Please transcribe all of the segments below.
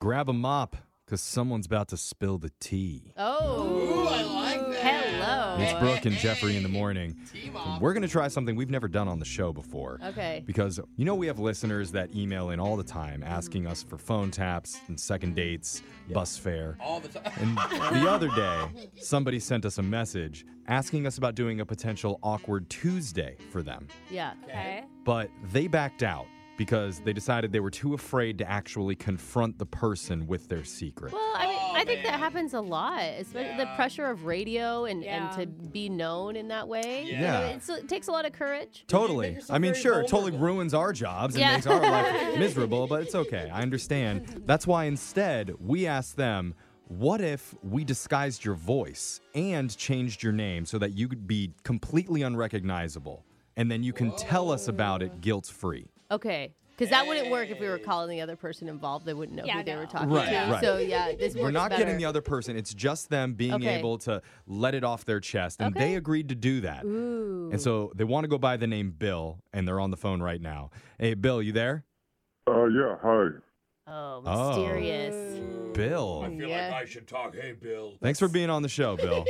grab a mop because someone's about to spill the tea. Oh. I like Hello. It's Brooke and Jeffrey in the morning. We're going to try something we've never done on the show before. Okay. Because you know, we have listeners that email in all the time asking us for phone taps and second dates, bus fare. All the time. And the other day, somebody sent us a message asking us about doing a potential awkward Tuesday for them. Yeah. Okay. But they backed out because they decided they were too afraid to actually confront the person with their secret. Well, I mean, Oh, I think that man. happens a lot, especially the Yeah. pressure of radio and, Yeah. and to be known in that way. You know, Yeah. it's, it takes a lot of courage. make Totally. yourself I mean, very sure, it totally vulnerable. ruins our jobs and Yeah. makes our life miserable, but it's okay. I understand. That's why instead we asked them, what if we disguised your voice and changed your name so that you could be completely unrecognizable? And then you can tell us about it guilt free. Okay. Because that wouldn't work if we were calling the other person involved. They wouldn't know Yeah, who they no. were talking Right, to. right. So, yeah, this We're works not better. getting the other person. It's just them being Okay. able to let it off their chest. And Okay. they agreed to do that. Ooh. And so they want to go by the name Bill, and they're on the phone right now. Hey, Bill, you there? Uh, yeah, hi. Oh, Oh. mysterious. Bill. I feel Yeah. like I should talk. Hey, Bill. Thanks for being on the show, Bill.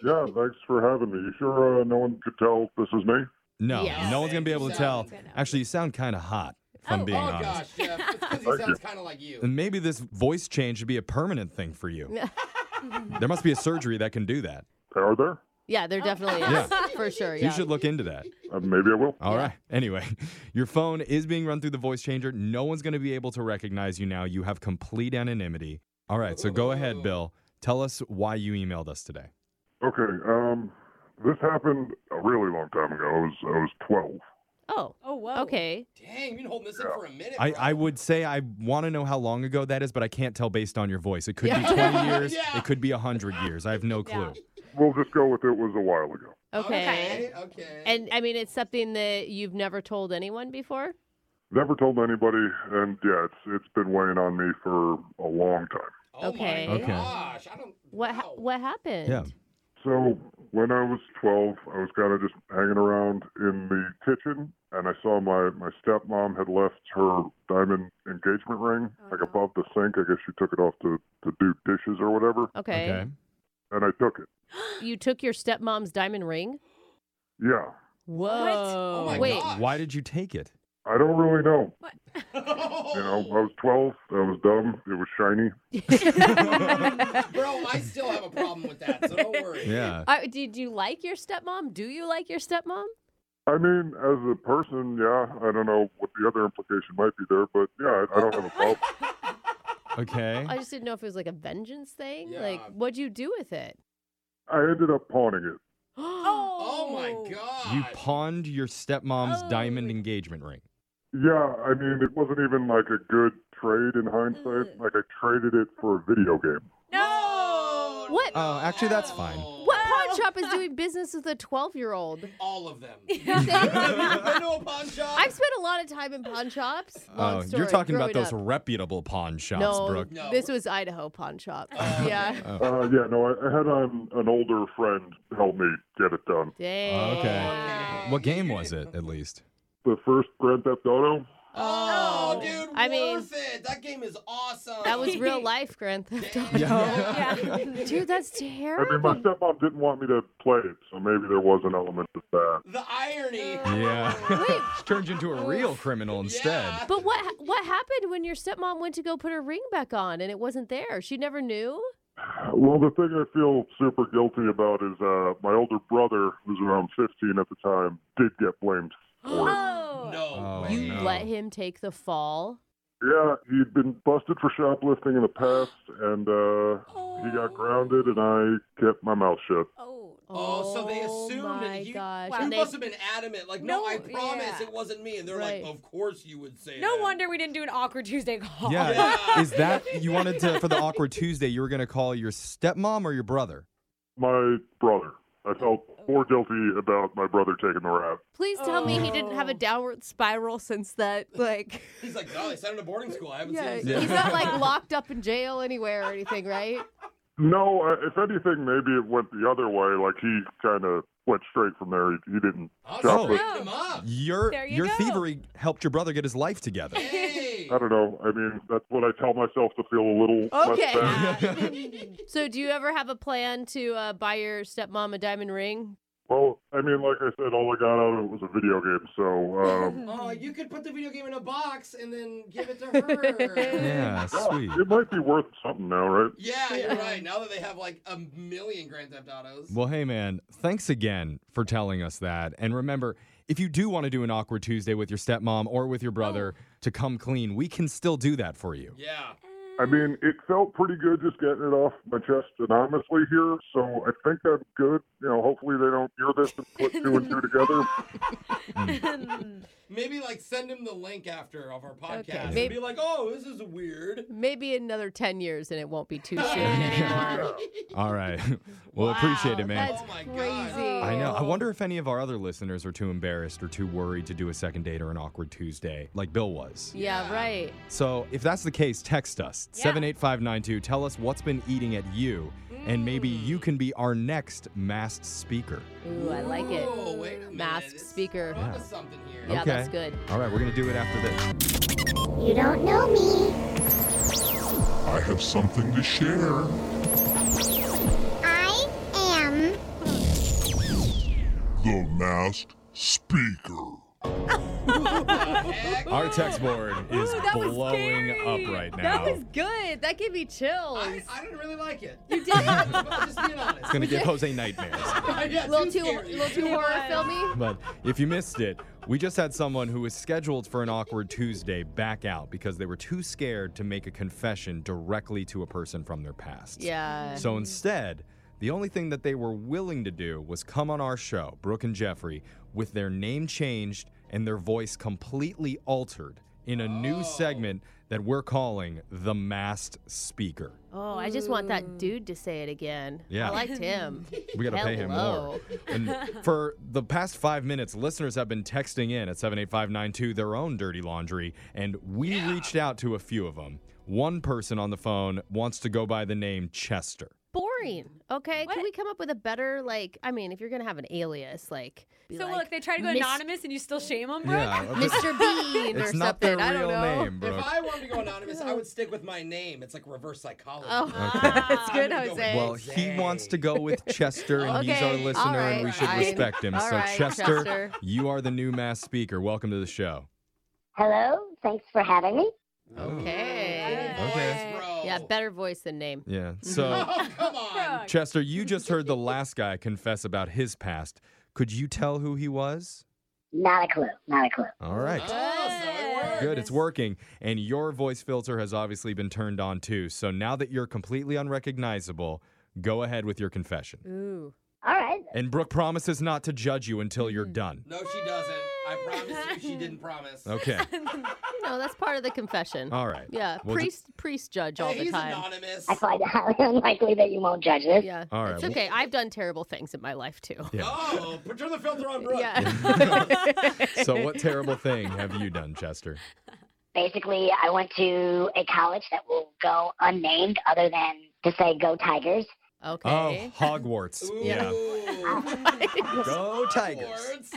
Yeah, thanks for having me. You sure uh, no one could tell this is me? No, Yes. no one's gonna be able to No tell. one's gonna know. Actually, you sound kind of hot, if I'm Oh. being oh, honest. gosh, Jeff. It's 'cause he Thank sounds you. kind of like you. And maybe this voice change should be a permanent thing for you. there must be a surgery that can do that. Are there? Yeah, there definitely is. Yeah. For sure. Yeah. You should look into that. Uh, maybe I will. All right. Anyway, your phone is being run through the voice changer. No one's gonna be able to recognize you now. You have complete anonymity. All right. So go ahead, Ooh. Bill. Tell us why you emailed us today. Okay. Um, this happened a really long time ago. I was I was 12. oh. Oh, whoa. Okay. Dang, you've been holding this in for a minute. I, bro. I would say I want to know how long ago that is, but I can't tell based on your voice. It could be 20 years. Yeah. It could be 100 years. I have no clue. Yeah. We'll just go with it was a while ago. Okay. Oh. Okay. okay. And I mean, it's something that you've never told anyone before. Never told anybody, and yeah, it's it's been weighing on me for a long time. oh Okay. My Okay. Gosh, I don't. What Wow. ha- what happened? Yeah. So when I was 12, I was kind of just hanging around in the kitchen, and I saw my my stepmom had left her diamond engagement ring like above the sink. I guess she took it off to to do dishes or whatever, Okay. okay. and I took it. You took your stepmom's diamond ring. Yeah, Whoa. Oh my Wait. God. Why did you take it? I don't really know. you You know, I Oh. was 12. I was dumb. It was shiny. Bro, I still have a problem with that, so don't worry. Yeah. Uh, did you like your stepmom? Do you like your stepmom? I mean, as a person, yeah. I don't know what the other implication might be there, but yeah, I, I don't have a problem. Oh Okay. I just didn't know if it was like a vengeance thing. Yeah. Like, what'd you do with it? I ended up pawning it. oh. Oh Oh. my god. You pawned your stepmom's Oh. diamond engagement ring. Yeah, I mean, it wasn't even like a good trade in hindsight. Like I traded it for a video game. No. What? Oh, actually, that's fine. Oh, What pawn shop is doing business with a 12 year old? All of them. I've Have you been to a pawn shop? spent a lot of time in pawn shops. Long Oh, story, you're talking about growing those up. reputable pawn shops, no, Brooke. No. Oh, This was Idaho pawn shop. yeah. Uh, yeah, no, I, I had um, an older friend help me get it done. Dang. Okay. What game was it, at least? The first Grand Theft Auto. Oh, dude, I mean- worth it. That game is awesome. That was real life, Grand Theft Auto. Yeah. Dude, that's I mean, my terrible. stepmom didn't want me to play it, so maybe there was an element of that. the irony. Yeah. Turned into a real criminal instead. Yeah. But what what happened when your stepmom went to go put her ring back on and it wasn't there? She never knew. Well, the thing I feel super guilty about is uh, my older brother, who was around 15 at the time, did get blamed for it. Oh. No. Oh, way. you no. let him take the fall. Yeah, he'd been busted for shoplifting in the past, and uh, he got grounded, and I kept my mouth shut. Oh. Oh, so they Oh assumed my that he- gosh. Wow. You And they- must have been adamant, like, no, No, I promise yeah. it wasn't me. And they're Right. like, of course you would say No that. wonder we didn't do an awkward Tuesday call. Yeah. Yeah. Is that you wanted to for the awkward Tuesday? You were gonna call your stepmom or your brother? My brother. I felt more guilty about my brother taking the rap. Please tell me he didn't have a Oh. downward spiral since that. Like, He's like, no, they sent him to boarding school. I haven't yeah, seen him. he's since." not like locked up in jail anywhere or anything, right? No, I- if anything, maybe it went the other way. Like he kind of went straight from there. He, he didn't I was shop Oh. with. beating him up. Your There you your go. thievery helped your brother get his life together. Hey. I don't know. I mean, that's what I tell myself to feel a little less Okay. bad. so, do you ever have a plan to uh, buy your stepmom a diamond ring? Well, I mean, like I said, all I got out of it was a video game. So, um, Oh, you could put the video game in a box and then give it to her. Yeah, sweet. it might be worth something now, right? yeah, you're right. Now that they have like a million Grand Theft Autos. Well, hey, man, thanks again for telling us that. And remember, if you do want to do an awkward Tuesday with your stepmom or with your Oh. brother to come clean, we can still do that for you. Yeah. I mean, it felt pretty good just getting it off my chest anonymously here. So I think I'm good. You know, hopefully they don't hear this and put two and two together. Maybe like send him the link after of our podcast. Okay. And Maybe- be like, oh, this is weird. Maybe another 10 years and it won't be too soon anymore. All right. well, appreciate it, man. That's Oh my God. crazy. I know. I wonder if any of our other listeners are too embarrassed or too worried to do a second date or an awkward Tuesday, like Bill was. Yeah, right. So, if that's the case, text us Yeah. 78592. Tell us what's been eating at you, and maybe Mm. you can be our next masked speaker. Ooh, I like it. Oh, wait a minute. Masked It's- speaker. we're onto something here. Yeah, Okay. that's good. All right, we're going to do it after this. You don't know me. I have something to share. I am. The Masked Speaker. Heck, Our text board is that was blowing scary. up right now. That was good. That gave me chills. I, I didn't really like it. You did. just being honest. it's going to give Jose nightmares. yeah, A little too, scary. little too horror filmy. But if you missed it, we just had someone who was scheduled for an awkward Tuesday back out because they were too scared to make a confession directly to a person from their past. Yeah. So instead, the only thing that they were willing to do was come on our show, Brooke and Jeffrey, with their name changed and their voice completely altered in a new segment that we're calling The Masked Speaker. Oh, I just want that dude to say it again. Yeah. I liked him. We got to pay him more. Hello. And for the past five minutes, listeners have been texting in at 78592 their own dirty laundry, and we reached out to a few of them. One person on the phone wants to go by the name Chester. Boring. Okay. Can What? we come up with a better, like, I mean, if you're going to have an alias, like, be So like, look, they try to go Miss- anonymous and you still shame them, bro. Mr. Bean or It's something. not their I don't real know. name, If bro. I wanted to go anonymous, I would stick with my name. It's like reverse psychology. Oh, that's good, I'm gonna Jose. go with- Well, he wants to go with Chester, and he's Okay, our all listener, and we right, should fine. respect him. All so, right, Chester, Chester. you are the new mass speaker. Welcome to the show. Hello. Thanks for having me. Okay. Voice, Okay. bro. Yeah, better voice than name. Yeah. So, Oh, come on. Chester, you just heard the last guy confess about his past. Could you tell who he was? Not a clue. Not a clue. All right. Oh, so it worked. Good, it's working. And your voice filter has obviously been turned on too. So now that you're completely unrecognizable, go ahead with your confession. Ooh. All right. And Brooke promises not to judge you until Mm-hmm. you're done. No, she doesn't. I promise you, she didn't promise. Okay. No, that's part of the confession. All right. Yeah, We'll ju- priest priest judge all Hey, the he's time. anonymous. I find it highly unlikely that you won't judge this. Yeah. All right, It's well- okay. I've done terrible things in my life too. Yeah. Oh, put turn the filter on, bro. So, what terrible thing have you done, Chester? Basically, I went to a college that will go unnamed, other than to say "Go Tigers." okay. Oh, Hogwarts. Ooh. Yeah. Go Tigers. Words.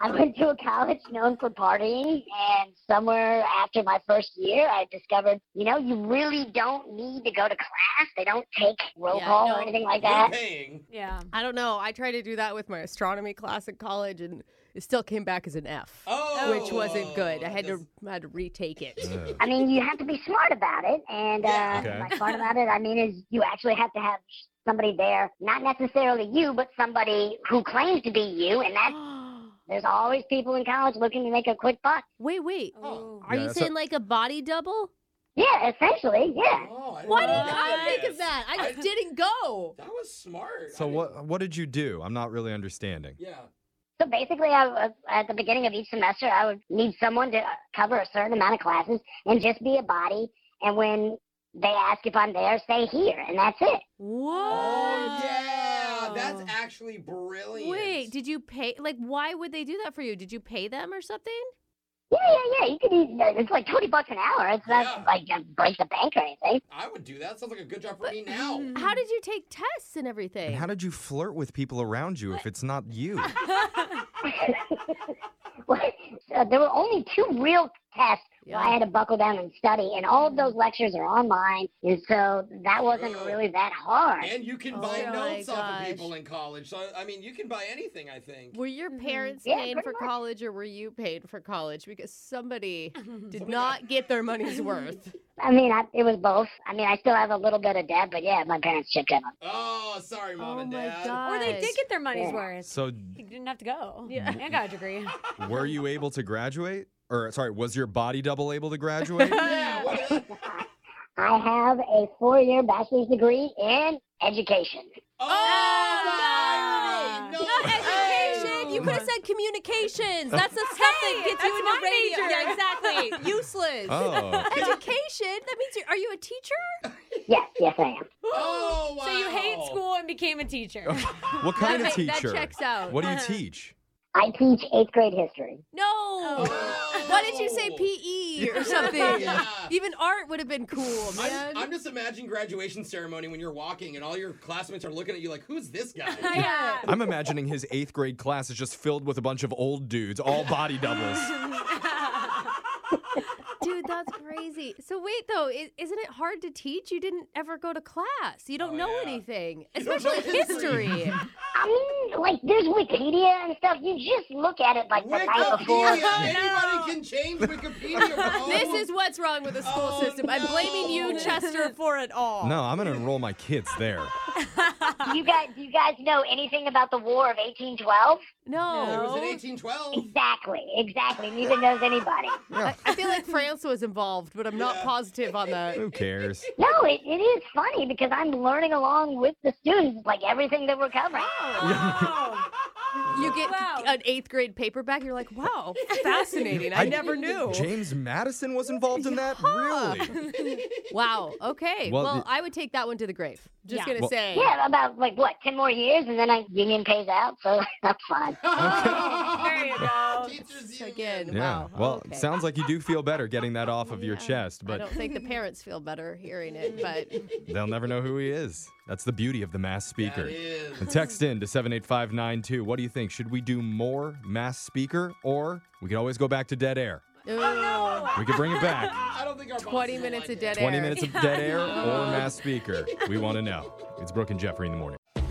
I went to a college known for partying, and somewhere after my first year, I discovered, you know, you really don't need to go to class. They don't take roll Yeah, call no. or anything like You're that. paying. Yeah. I don't know. I tried to do that with my astronomy class at college and it still came back as an F. Oh. Which wasn't good. I had This- to I had to retake it. Ugh. I mean, you have to be smart about it, and Yeah. uh, Okay. by smart about it, I mean is you actually have to have somebody there, not necessarily you, but somebody who claims to be you, and that there's always people in college looking to make a quick buck. wait, wait. Oh. Are Yeah, you that's a- saying like a body double? Yeah, essentially, yeah. Oh, I Why know didn't I this. think of that? I just didn't go. That was smart. So, I didn't- what, what did you do? I'm not really understanding. Yeah. So basically, I, was- at the beginning of each semester, I would need someone to cover a certain amount of classes and just be a body. And when they ask if I'm there, say here, and that's it. Whoa. Oh yeah, that's actually brilliant. Wait, did you pay? Like, why would they do that for you? Did you pay them or something? Yeah, yeah, yeah. You could eat. It's like twenty bucks an hour. It's not Yeah. like uh, break the bank or anything. I would do that. Sounds like a good job for me now. How did you take tests and everything? And how did you flirt with people around you if it's not you? uh, there were only two real tests where I had to buckle down and study, and all of those lectures are online, and so that wasn't True. Mm-hmm. really that hard. And you can Oh buy my notes off of gosh. people in college. So I mean, you can buy anything. I think. were your parents Yeah, paying pretty for much. college or were you paying for college? Because somebody did Somebody not get their money's worth. I mean, I, it was both. I mean, I still have a little bit of debt, but yeah, my parents chipped in. on- Oh, sorry, mom oh and my dad. god. Or they did get their money's Yeah. worth. So, You didn't have to go. Yeah. I got a degree. were you able to graduate? Or, sorry, was your body double able to graduate? Yeah, what the- I have a four-year bachelor's degree in education. Oh, Ah. my no. Oh, Not education. Oh. You could have said communications. That's the stuff that gets you that's in the my radio. major. Yeah, exactly. Useless. Oh. Education. That means you're. Are you a teacher? Yes, yes, I am. Oh, wow. So you hate school and became a teacher. What kind of That ma- that teacher? checks out. Uh-huh. What do you teach? I teach eighth-grade history. No. Why didn't you say PE or something? Oh. Yeah. Even art would have been cool, man. I'm, I'm just imagining graduation ceremony when you're walking and all your classmates are looking at you like, who's this guy? yeah. I'm imagining his eighth grade class is just filled with a bunch of old dudes, all body doubles. Dude, that's crazy. So wait though, is, isn't it hard to teach? You didn't ever go to class. You don't Oh, know yeah. anything, You don't know especially history. history. I mean, like, there's Wikipedia and stuff. You just look at it like the night before. Wikipedia! Anybody can change Wikipedia. bro. This is what's wrong with the school Oh, system. I'm blaming you, no. Chester, for it all. No, I'm going to enroll my kids there. Do you guys, do you guys know anything about the War of 1812? It was in No. 1812. Exactly, exactly. Neither knows anybody. I, I feel like France was involved, but I'm not Yeah. positive on that. Who cares? No, it, it is funny because I'm learning along with the students, like everything that we're covering. You get Wow. an eighth grade paperback, you're like, wow, fascinating. I, I- never knew. James Madison was involved in that? Really? Wow. Okay. Well, Well, the- I would take that one to the grave. Just Yeah. gonna Well- say. Yeah, about like what, 10 more years and then I union pays out, so that's fine. There you go. Teachers union. Again. Yeah. Wow. Well, okay. sounds like you do feel better getting that off of your chest, I but don't think the parents feel better hearing it, but they'll never know who he is. That's the beauty of the mass That speaker. is. And text in to 78592. What do you think? Should we do more mass speaker or we could always go back to dead air? Ooh, We could bring it back. I don't think our bosses 20 will minutes like of dead that. air. 20 minutes of dead air or mass speaker. We want to know. It's Brooke and Jeffrey in the morning.